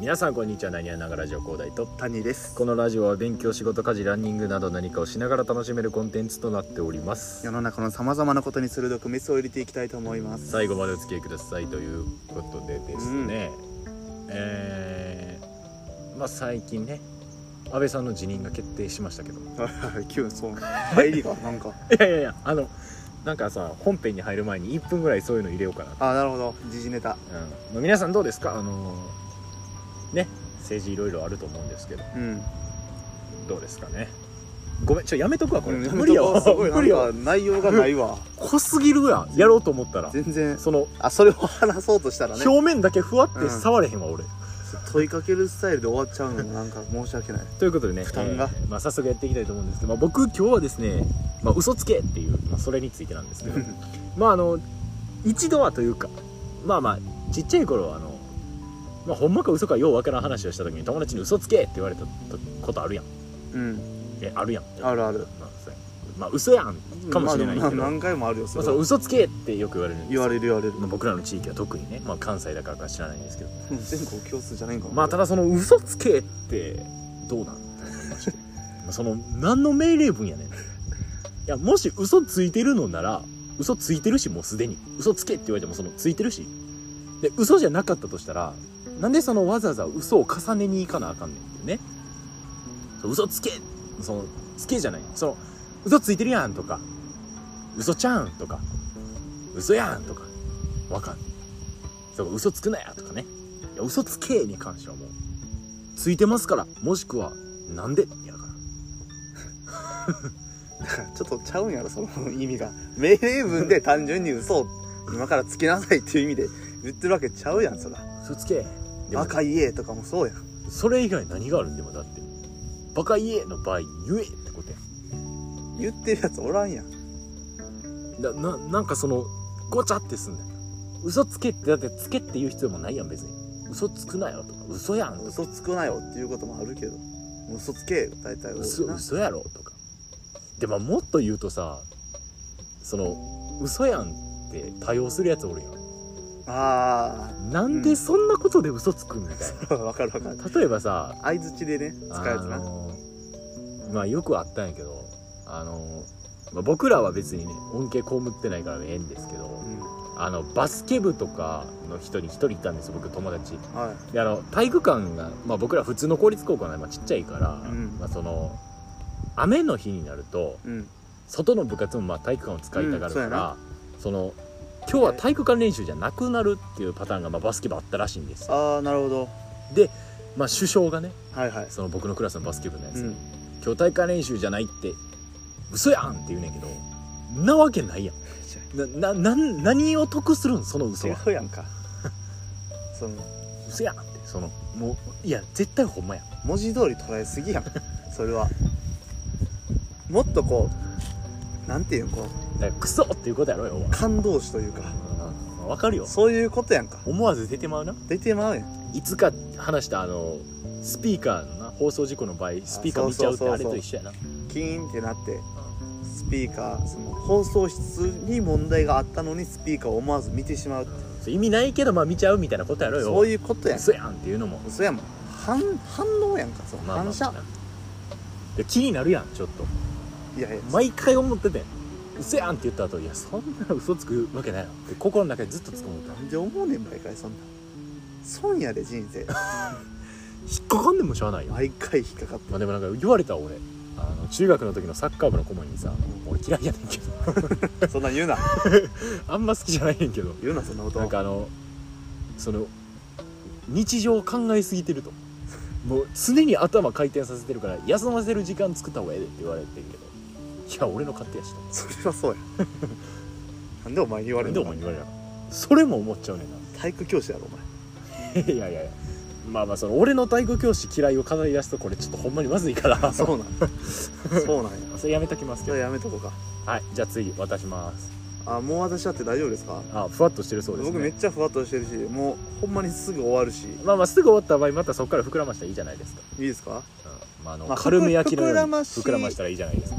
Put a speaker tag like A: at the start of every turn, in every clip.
A: 皆さんこんにちはなにわながラジオ高大と
B: 谷です
A: このラジオは勉強仕事家事ランニングなど何かをしながら楽しめるコンテンツとなっております
B: 世の中のさまざまなことに鋭くメスを入れていきたいと思います
A: 最後までお付き合いくださいということでですね、えー、まあ最近ね安倍さんの辞任が決定しましたけどい
B: はい 急にそう入りがなんか
A: やいやいやあのなんかさ本編に入る前に1分ぐらいそういうの入れようかな
B: あなるほど時事ネタ
A: うんまあ皆さんどうですかあのーね政治いろいろあると思うんですけど
B: うん
A: どうですかねごめんちょやめとくわこれ
B: うん
A: 無理やわ
B: すごい
A: 無理やわ
B: なんか内容がな いわ
A: 濃すぎるやんやろうと思ったら
B: 全然
A: その
B: あそれを話そうとしたらね
A: 表面だけふわって
B: うん
A: 触れへんわ俺、
B: 問いかけるスタイルで終わっちゃうのもなんか申し訳ない
A: ということでね
B: 負担が
A: えーまあ、早速やっていきたいと思うんですけど、まあ、僕今日はですね、まあ、嘘つけっていう、まあ、それについてなんですけどまああの一度はというかまあまあちっちゃい頃はあのまあ、ほんまか嘘かようわからん話をした時に友達に嘘つけって言われたことあるやん
B: うん
A: えあるやん
B: あるある
A: まあそうやまあ嘘やんかもしれないけ
B: まあ
A: ど、
B: で
A: まあ
B: な何回もあるよそれ
A: その
B: は
A: 嘘つけってよく言われるんです
B: 言われる言われる
A: まあ僕らの地域は特にね、まあ、関西だからか知らないんですけど
B: うん全国共通じゃないんかも
A: まあただその嘘つけってどうなんって思いましてま あその何の命令文やねんいやもし嘘ついてるのなら嘘ついてるしもうすでに嘘つけって言われてもそのついてるしで嘘じゃなかったとしたらなんでそのわざわざ嘘を重ねに行かなあかんねんっていうねそう嘘つけそのつけじゃないその嘘ついてるやんとか嘘ちゃうんとか嘘やんとかわかんないそう嘘つくなやとかねいや嘘つけに関してはもうついてますからもしくはなんでやから
B: ちょっとちゃうんやろその意味が命令文で単純に嘘を今からつけなさいっていう意味で言ってるわけちゃうやんそら
A: 嘘つけで
B: 「
A: も
B: バカ言え」とかもそうやん
A: それ以外何があるんでもだってバカ言えの場合言えってことや
B: 言ってるやつおらんやん
A: なななんかそのごちゃってすんだよ嘘つけってだってつけって言う必要もないやん別に嘘つくなよとか嘘やんとか
B: 嘘つくなよっていうこともあるけど嘘つけよ大体は
A: 嘘
B: な
A: 嘘やろとかでももっと言うとさその嘘やんって多用するやつおるやん
B: あ
A: なんでそんなことで嘘つくんみたい
B: あ わかるわかる
A: な例えばさ
B: 相づちでね使うやつ
A: あ
B: な
A: のーまあよくあったんやけどあのー、まあ、僕らは別にね恩恵被ってないからええんですけど
B: うん
A: あのバスケ部とかの人に一人いたんです僕友達
B: は
A: であの体育館が、まあ、僕ら普通の公立高校なんでまあちっちゃいから、
B: うん
A: まあ、その雨の日になると
B: いうん
A: 外の部活もまあ体育館を使いたがるか
B: うんそうや
A: ら、その今日は体育館練習じゃなくなるっていうパターンがまあバスケ部あったらしいんですよ
B: ああなるほど
A: まあ主将がね
B: はいはい
A: その僕のクラスのバスケ部のやつ、
B: うん
A: 今日大会練習じゃないって嘘やんって言うねんけどなわけないやんなななん何を得するんその嘘
B: 違
A: は
B: うやんかその
A: 嘘やんってそのもういや絶対ほんまやん
B: 文字通り捉えすぎやんそれはもっとこうなんていうんこう
A: だからクソっていうことやろよ
B: 感動詞というか
A: わかるよ
B: そういうことやんか
A: 思わず出てまうな
B: 出てまうやん
A: いつか話したあのスピーカーのな放送事故の場合スピーカー見ちゃうって
B: そう
A: あ
B: そうそう
A: れ
B: そう
A: と一緒やな
B: キーンってなってスピーカーその放送室に問題があったのにスピーカーを思わず見てしまう
A: そう意味ないけどまあ見ちゃうみたいなことやろよ
B: そういうことやん
A: 嘘やんっていうのも
B: 嘘やもん反反応やんかその反射、
A: で気になるやんちょっと
B: いやいや
A: 毎回思ってて嘘やんって言った後いやそんな嘘つくわけないよって心の中でずっと突っ込むと
B: なんで思うねん毎回そんな損やで人 生
A: 引っかかんでもしゃあないよ、
B: 毎回引っかかって
A: まあ、でもなんか言われた俺あの中学の時のサッカー部の顧問にさ俺嫌いやねんけど
B: そんなん言うな
A: あんま好きじゃないねんけど
B: 言うなそんなこと
A: なんかあのその日常を考えすぎてるともう常に頭回転させてるから休ませる時間作った方がええでって言われてるけどいや俺の勝手やしと
B: それはそうやなんでお前に言わ
A: な
B: れ
A: ん
B: る
A: で
B: の
A: お前に言われなそれも思っちゃうねんな
B: 体育教師やろお前
A: いやいやいやまあまあその俺の体育教師嫌いを語り出すとこれちょっとほんまにまずいから
B: そうなんそうなんや
A: それやめときますけ
B: じゃあ
A: ど
B: やめとこうか
A: はいじゃあ次渡します
B: あもう私だって大丈夫ですか
A: あふわっとしてるそうです
B: 僕めっ
A: ね
B: ちゃふわっとしてるしもうほんまにすぐ終わるし
A: まあまあすぐ終わった場合またそこから膨らましたらいいじゃないですか、
B: いいですか
A: うんまああの
B: まあ
A: 軽め焼きのように
B: 膨らまし
A: 膨らましたらいいじゃないですか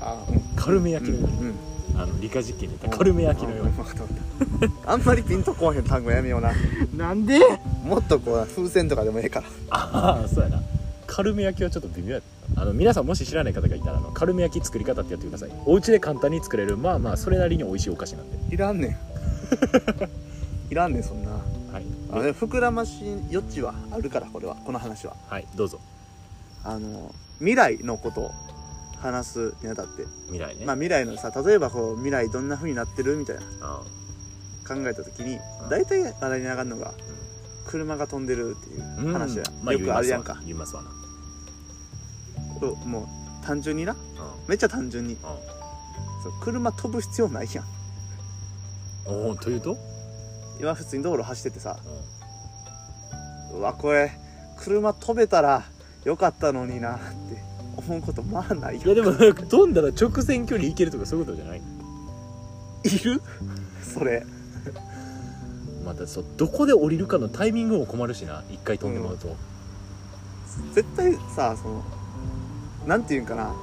B: あ
A: 軽め焼きのように、
B: うん
A: あの理理科実験で言ったカルメ焼きのように
B: あわかったわかったあんまりピンとこうへん単語やめような
A: なんで
B: もっとこう風船とかでもええから
A: ああそうやなカルメ焼きはちょっと微妙やったあの皆さんもし知らない方がいたらあのカルメ焼き作り方ってやってくださいお家で簡単に作れるまあまあそれなりに美味しいお菓子なんで
B: いらん ねんいらんねんそんな
A: はい
B: あれ膨らまし余地はあるからこれはこの話は
A: はいどうぞ
B: あの未来のことを話すにあたって、
A: 未来ね、
B: まあ、未来のさ例えばこう未来どんな風になってるみたいな
A: あ
B: 考えた時に大体話題に上がるのが車が飛んでるっていう
A: うん
B: 話や
A: まあ、
B: よくあるやんか
A: 言いますわな、
B: そうもう単純にな
A: う
B: めっちゃ単純に
A: んうん
B: そう車飛ぶ必要ないやん
A: おおというと、
B: 今普通に道路走っててさ
A: う
B: うわこれ車飛べたらよかったのになって思うことまあない
A: ん、いや
B: よ
A: でも飛んだら直線距離行けるとかそういうことじゃない
B: いるそれ
A: またそうどこで降りるかのタイミングも困るしな一回飛んでもらうと、
B: 絶対さそのなんていうんかな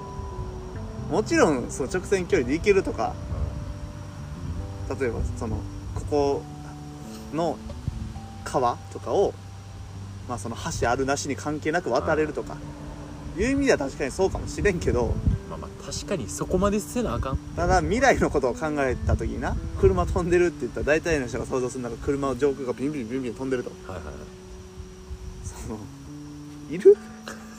B: もちろんその直線距離で行けるとか例えばそのここの川とかを、まあ、その橋あるなしに関係なく渡れるとかいう意味では確かにそうかもしれんけど
A: まあまあ確かにそこまでせなあかん
B: ただ未来のことを考えた時にな車飛んでるって言ったら大体の人が想像するなら車を上空がビンビンビンビン飛んでると
A: はいはいはい
B: そのいる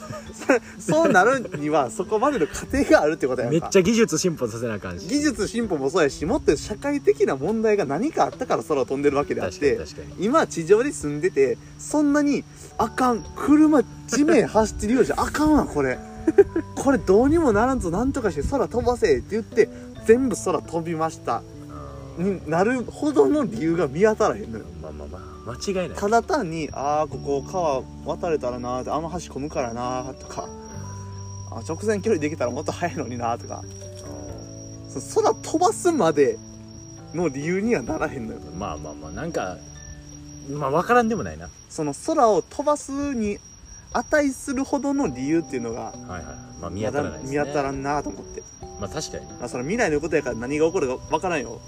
B: それそうなるにはそこまでの過程があるってことやん
A: め
B: か
A: っちゃ技術進歩させなあかんし
B: 技術進歩もそうやしもっと社会的な問題が何かあったから空を飛んでるわけであっ
A: 確かに
B: て
A: 確かに
B: 今地上に住んでてそんなにあかん車地面走ってるようじゃあかんわこ れこれどうにもならんぞなんとかして空飛ばせって言って全部空飛びました
A: うん
B: になるほどの理由が見当たらへんのよ
A: まあまあまあ間違いない
B: ただ単にああここ川渡れたらなーってあの橋混むからなーとかあ直線距離できたらもっと速いのになーとかそ空飛ばすまでの理由にはならへんのよ
A: まあまあまあなんかまあ分からんでもないな
B: その空を飛ばすに値するほどの理由っていうの
A: は
B: が
A: いはいはいまあ見当たらないですね
B: まだ見当たらんなと思って、
A: まあ確かに
B: まあ、その未来のことやから何が起こるかわからんよ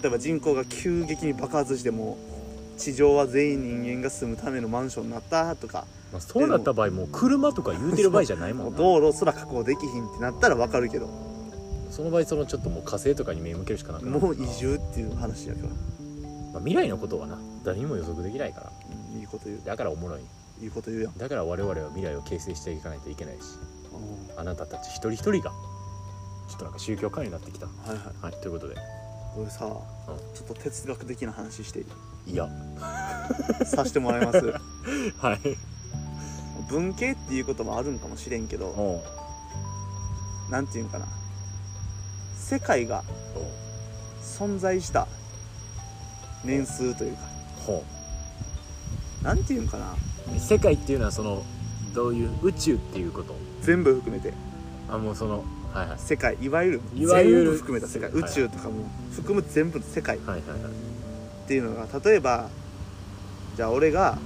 B: 例えば人口が急激に爆発しても地上は全員人間が住むためのマンションになったとか
A: まあそうなった場合もう車とか言うてる場合じゃないも
B: もうん
A: な
B: 道路空確保できひんってなったらわかるけど
A: その場合そのちょっともう火星とかに目向けるしかなくなる
B: もう移住っていう話やから、
A: まあ、未来のことはな誰にも予測できないから
B: うんいいこと言う
A: だからおもろい
B: いいこと言うやん、
A: だから我々は未来を形成していかないといけないし
B: うん
A: あなたたち一人一人がちょっとなんか宗教家になってきた
B: はいはい
A: はいということで
B: 俺さ、ちょっと哲学的な話 していい
A: いや
B: させてもらいます
A: はい
B: 文系っていうこともあるんかもしれんけど、
A: おう
B: なんていうんかな世界が存在した年数というか
A: ほ
B: なんていうんかな
A: う世界っていうのはそのどういう宇宙っていうこと
B: 全部含めて
A: あもうそのはいはい
B: 世界いわゆる
A: いわゆる
B: 全部含めた世界
A: はい
B: 宇宙とかも含む全部の世界っ
A: はいはいはい
B: ていうのが例えばじゃあ俺が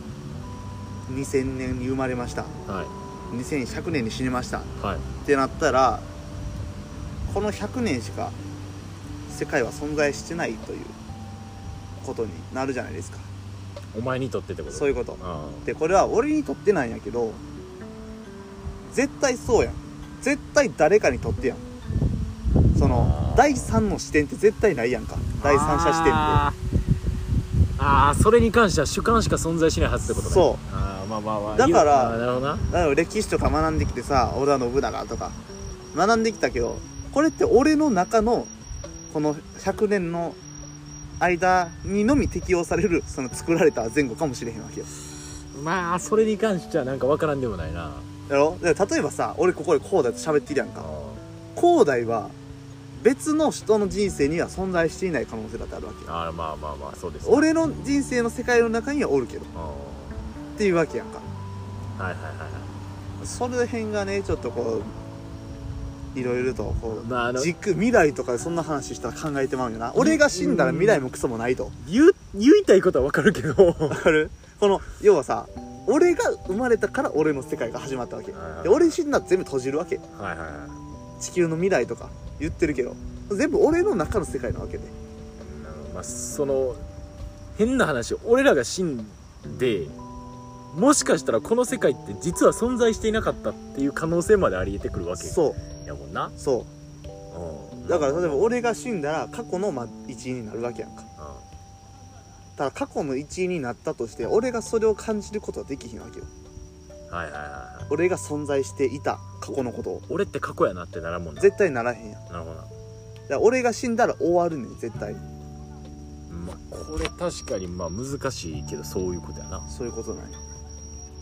B: 2000年に生まれました
A: はい
B: 2100年に死にましたっ
A: はい
B: てなったらこの100年しか世界は存在してないということになるじゃないですか
A: お前にとってってこと
B: そういううこと
A: あ
B: でこれは俺にとってなんやけど絶対そうやん絶対誰かにとってやんその
A: あー
B: 第三の視点って絶対ないやんか第三者視点っ
A: あーあーそれに関しては主観しか存在しないはずってことね
B: そう
A: あーまあまあまあ
B: だから
A: あーなるほどな
B: てだから歴史とか学んできてさ織田信長とか学んできたけどこれって俺の中のこの100年の間にのみ適用されるその作られた前後かもしれへんわけよ
A: まあそれに関してはなんかわからんでもないな
B: だろだから例えばさ俺ここで広大と喋ってるやんか
A: あ
B: 広大は別の人の人生には存在していない可能性だってあるわけよ
A: あーまあまあまあそうですね
B: 俺の人生の世界の中にはおるけどっ
A: あー
B: ていうわけやんか
A: はいはいはいは
B: その辺がねちょっとこういろいろとこ
A: いまああ
B: う
A: の
B: 軸未来とかでそんな話したら考えてまうよな俺が死んだら未来もクソもないと
A: 言う言いたいことはわかるけど
B: わかるこの要はさ俺が生まれたから俺の世界が始まったわけで俺死んだら全部閉じるわけ
A: はいはいはい
B: 地球の未来とか言ってるけど全部俺の中の世界なわけで
A: うんまあその変な話俺らが死んでもしかしたらこの世界って実は存在していなかったっていう可能性までありえてくるわけ
B: そう
A: やもんな、
B: そ
A: うん
B: うだから例えば俺が死んだら過去のまあ一員になるわけやんかただ過去の一員になったとして俺がそれを感じることはできひんわけよ
A: うんはいはいはいはい
B: 俺が存在していた過去のことを
A: 俺って過去やなってならんもんな
B: 絶対ならへんやんだか
A: なるほどな、
B: ら俺が死んだら終わるねん絶対
A: まあ、これ確かにまあ難しいけどそういうことやな
B: そういうことなんや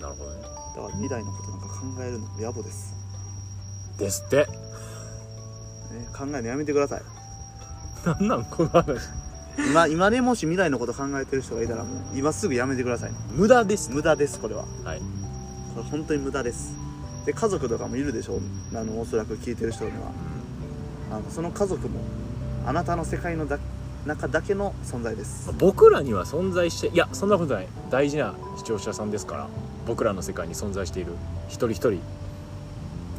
A: なるほどね
B: だから未来のことなんか考えるのも野暮です、
A: ですって
B: ね、考えるのやめてください
A: なんなんこの話
B: 今今ねもし未来のこと考えてる人がいたらもう今すぐやめてください
A: 無駄です
B: 無駄ですこれは
A: はい
B: これ本当に無駄ですで家族とかもいるでしょうあのおそらく聞いてる人にはあのその家族もあなたの世界のだ中だけの存在です
A: 僕らには存在していやそんなことない大事な視聴者さんですから僕らの世界に存在している一人一人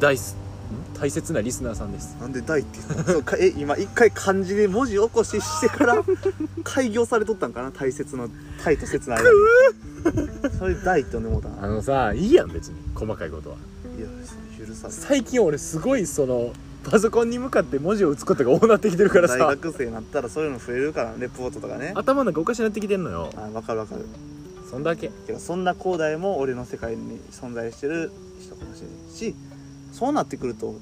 A: 大すん大切なリスナーさんです
B: なんで「大」って言ったのそうか え今一回漢字で文字起こししてから開業されとったんかな大切な「大」と「切」の間にそれ「大」って呼んでもうた
A: あ
B: な
A: のさいいやん別に細かいことはい
B: や許さない
A: 最近俺すごいそのパソコンに向かって文字を打つことが多なってきてるからさ
B: 大学生になったらそういうの増えるからレポートとかね
A: 頭なんかおかしになってきてんのよ
B: あ分かる分かる
A: そんだけ
B: けどそんな広大も俺の世界に存在してる人かもしれないしそうなってくると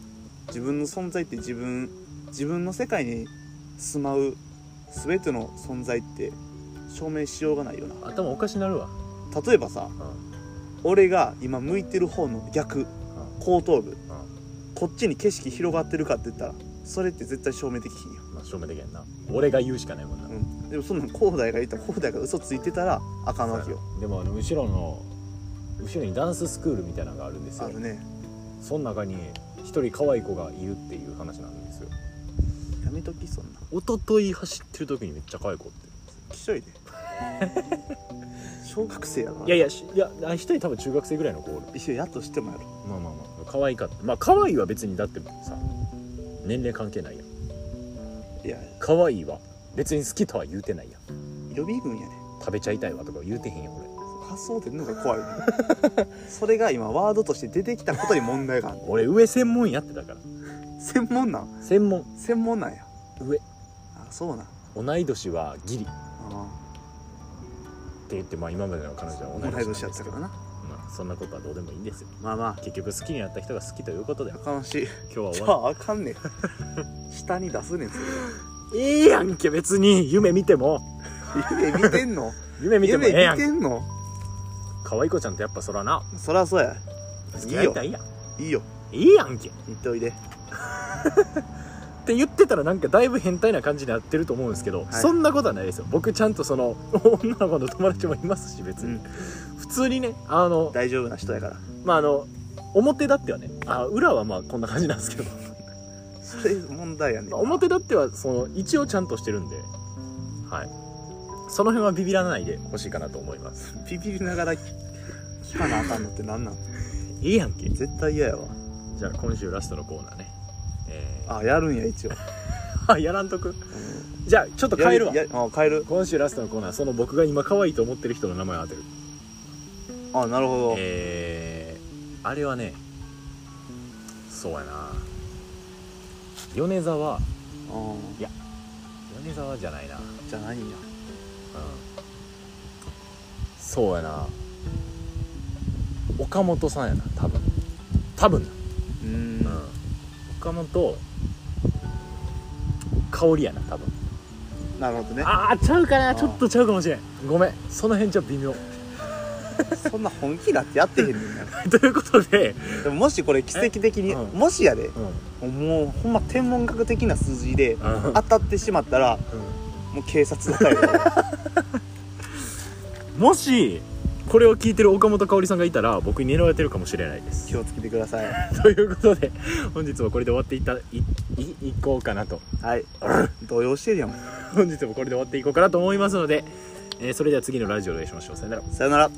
B: 自分の存在って自分自分の世界に住まう全ての存在って証明しようがないよな
A: 頭おかしになるわ
B: 例えばさ
A: うん
B: 俺が今向いてる方の逆
A: うん
B: 後頭部こっちに景色広がってるかって言ったらそれって絶対証明できひんよ、
A: まあ証明できへんな俺が言うしかないもんな
B: うん、でもそんなん広大が言ったら広大が嘘ついてたらあかんわけよ
A: でもあの後ろの後ろにダンススクールみたいなのがあるんです
B: あ
A: よ
B: るね
A: その中に一人可愛い子がいるっていう話なんですよ
B: やめときそんな
A: 一昨日走ってる時にめっちゃ可愛い子って
B: きしょ いで小学生やから
A: いやいやしいやあ一人多分中学生ぐらいの子おる
B: 一緒やっとしてもやろ
A: まあまあまあ可愛かったまあ可愛いは別にだってさ年齢関係ないやん
B: いや
A: 可愛いは別に好きとは言うてないやん
B: 予備軍やね
A: 食べちゃいたいわとか言うてへんやん俺
B: 発想出るのが怖いね それが今ワードとして出てきたことに問題がある
A: 俺上専門やってだから
B: 専門なん
A: 専門
B: 専門なんや
A: 上
B: あそうなん
A: 同い年はギリっ
B: あ
A: て言ってまあ今までの彼女
B: あ
A: は
B: 同
A: 同
B: い
A: い年なんで
B: 年やっ
A: す
B: た
A: け
B: か
A: ど
B: らな
A: まあそんなことはどうでもいいんですよ
B: まあま
A: 結局好きになった人が好きということで
B: あ
A: 今
B: かんし
A: 日は
B: じ
A: 終
B: ゃ
A: わ
B: ああか んねん下に出すねんそ
A: りええやんけ別に夢見ても
B: れ夢見てんの
A: 夢 見てもえ
B: 夢
A: えや
B: 見
A: ん
B: てんの
A: 可愛い子ちゃんとやっぱそらな
B: そりゃそうや
A: 付き合いたいやん
B: いいよ
A: いいやんけっ
B: 言っておいで
A: て言ってたらなんかだいぶ変態な感じになってると思うんですけど、
B: い
A: そんなことはないですよ僕ちゃんとその女の子の友達もいますし別
B: う
A: に、
B: ん
A: 普通にねあの
B: 大丈夫な人やから
A: まああの表立ってはねあ裏はまあこんな感じなんですけど
B: それ問題やねん
A: ま
B: な
A: あ表立ってはその一応ちゃんとしてるんではいその辺はビビらないでほしいかなと思います
B: ビビりながら聞かなあかんのってなんなん
A: いいやんけ
B: 絶対嫌やわ
A: じゃあ今週ラストのコーナーね。えー、
B: あやるんや 一応
A: あ、やらんとく。じゃあちょっと変えるわ。
B: やあ変える
A: 今週ラストのコーナー、その僕が今可愛いと思ってる人の名前を当てる。
B: あなるほど、
A: えー、あれはね、そうやな。米沢、
B: うん
A: 米沢じゃないな。うん。
B: じゃないんや
A: そうやな。岡本さんやな、多分。多分
B: うーん
A: な。うん。岡本、香りやな、多分。
B: なるほどね
A: ああちゃうかな
B: あー
A: ちょっとちゃうかもしれんごめんその辺じゃ微妙
B: そんな本気だってやってへんねんな
A: と いうことで、
B: でももしこれ奇跡的に、
A: えうん
B: もしやで
A: うん
B: もうほんま天文学的な数字で
A: うん
B: 当たってしまったらもう警察だったよ
A: もしこれを聞いてる岡本香織さんがいたら僕に狙われてるかもしれないです
B: 気をつけてください
A: ということで本日もこれで終わっていったいいいこうかなと
B: はい 動揺してるやん
A: 本日もこれで終わっていこうかなと思いますので、えーそれでは次のラジオでお会いしましょうさよなら
B: さよなら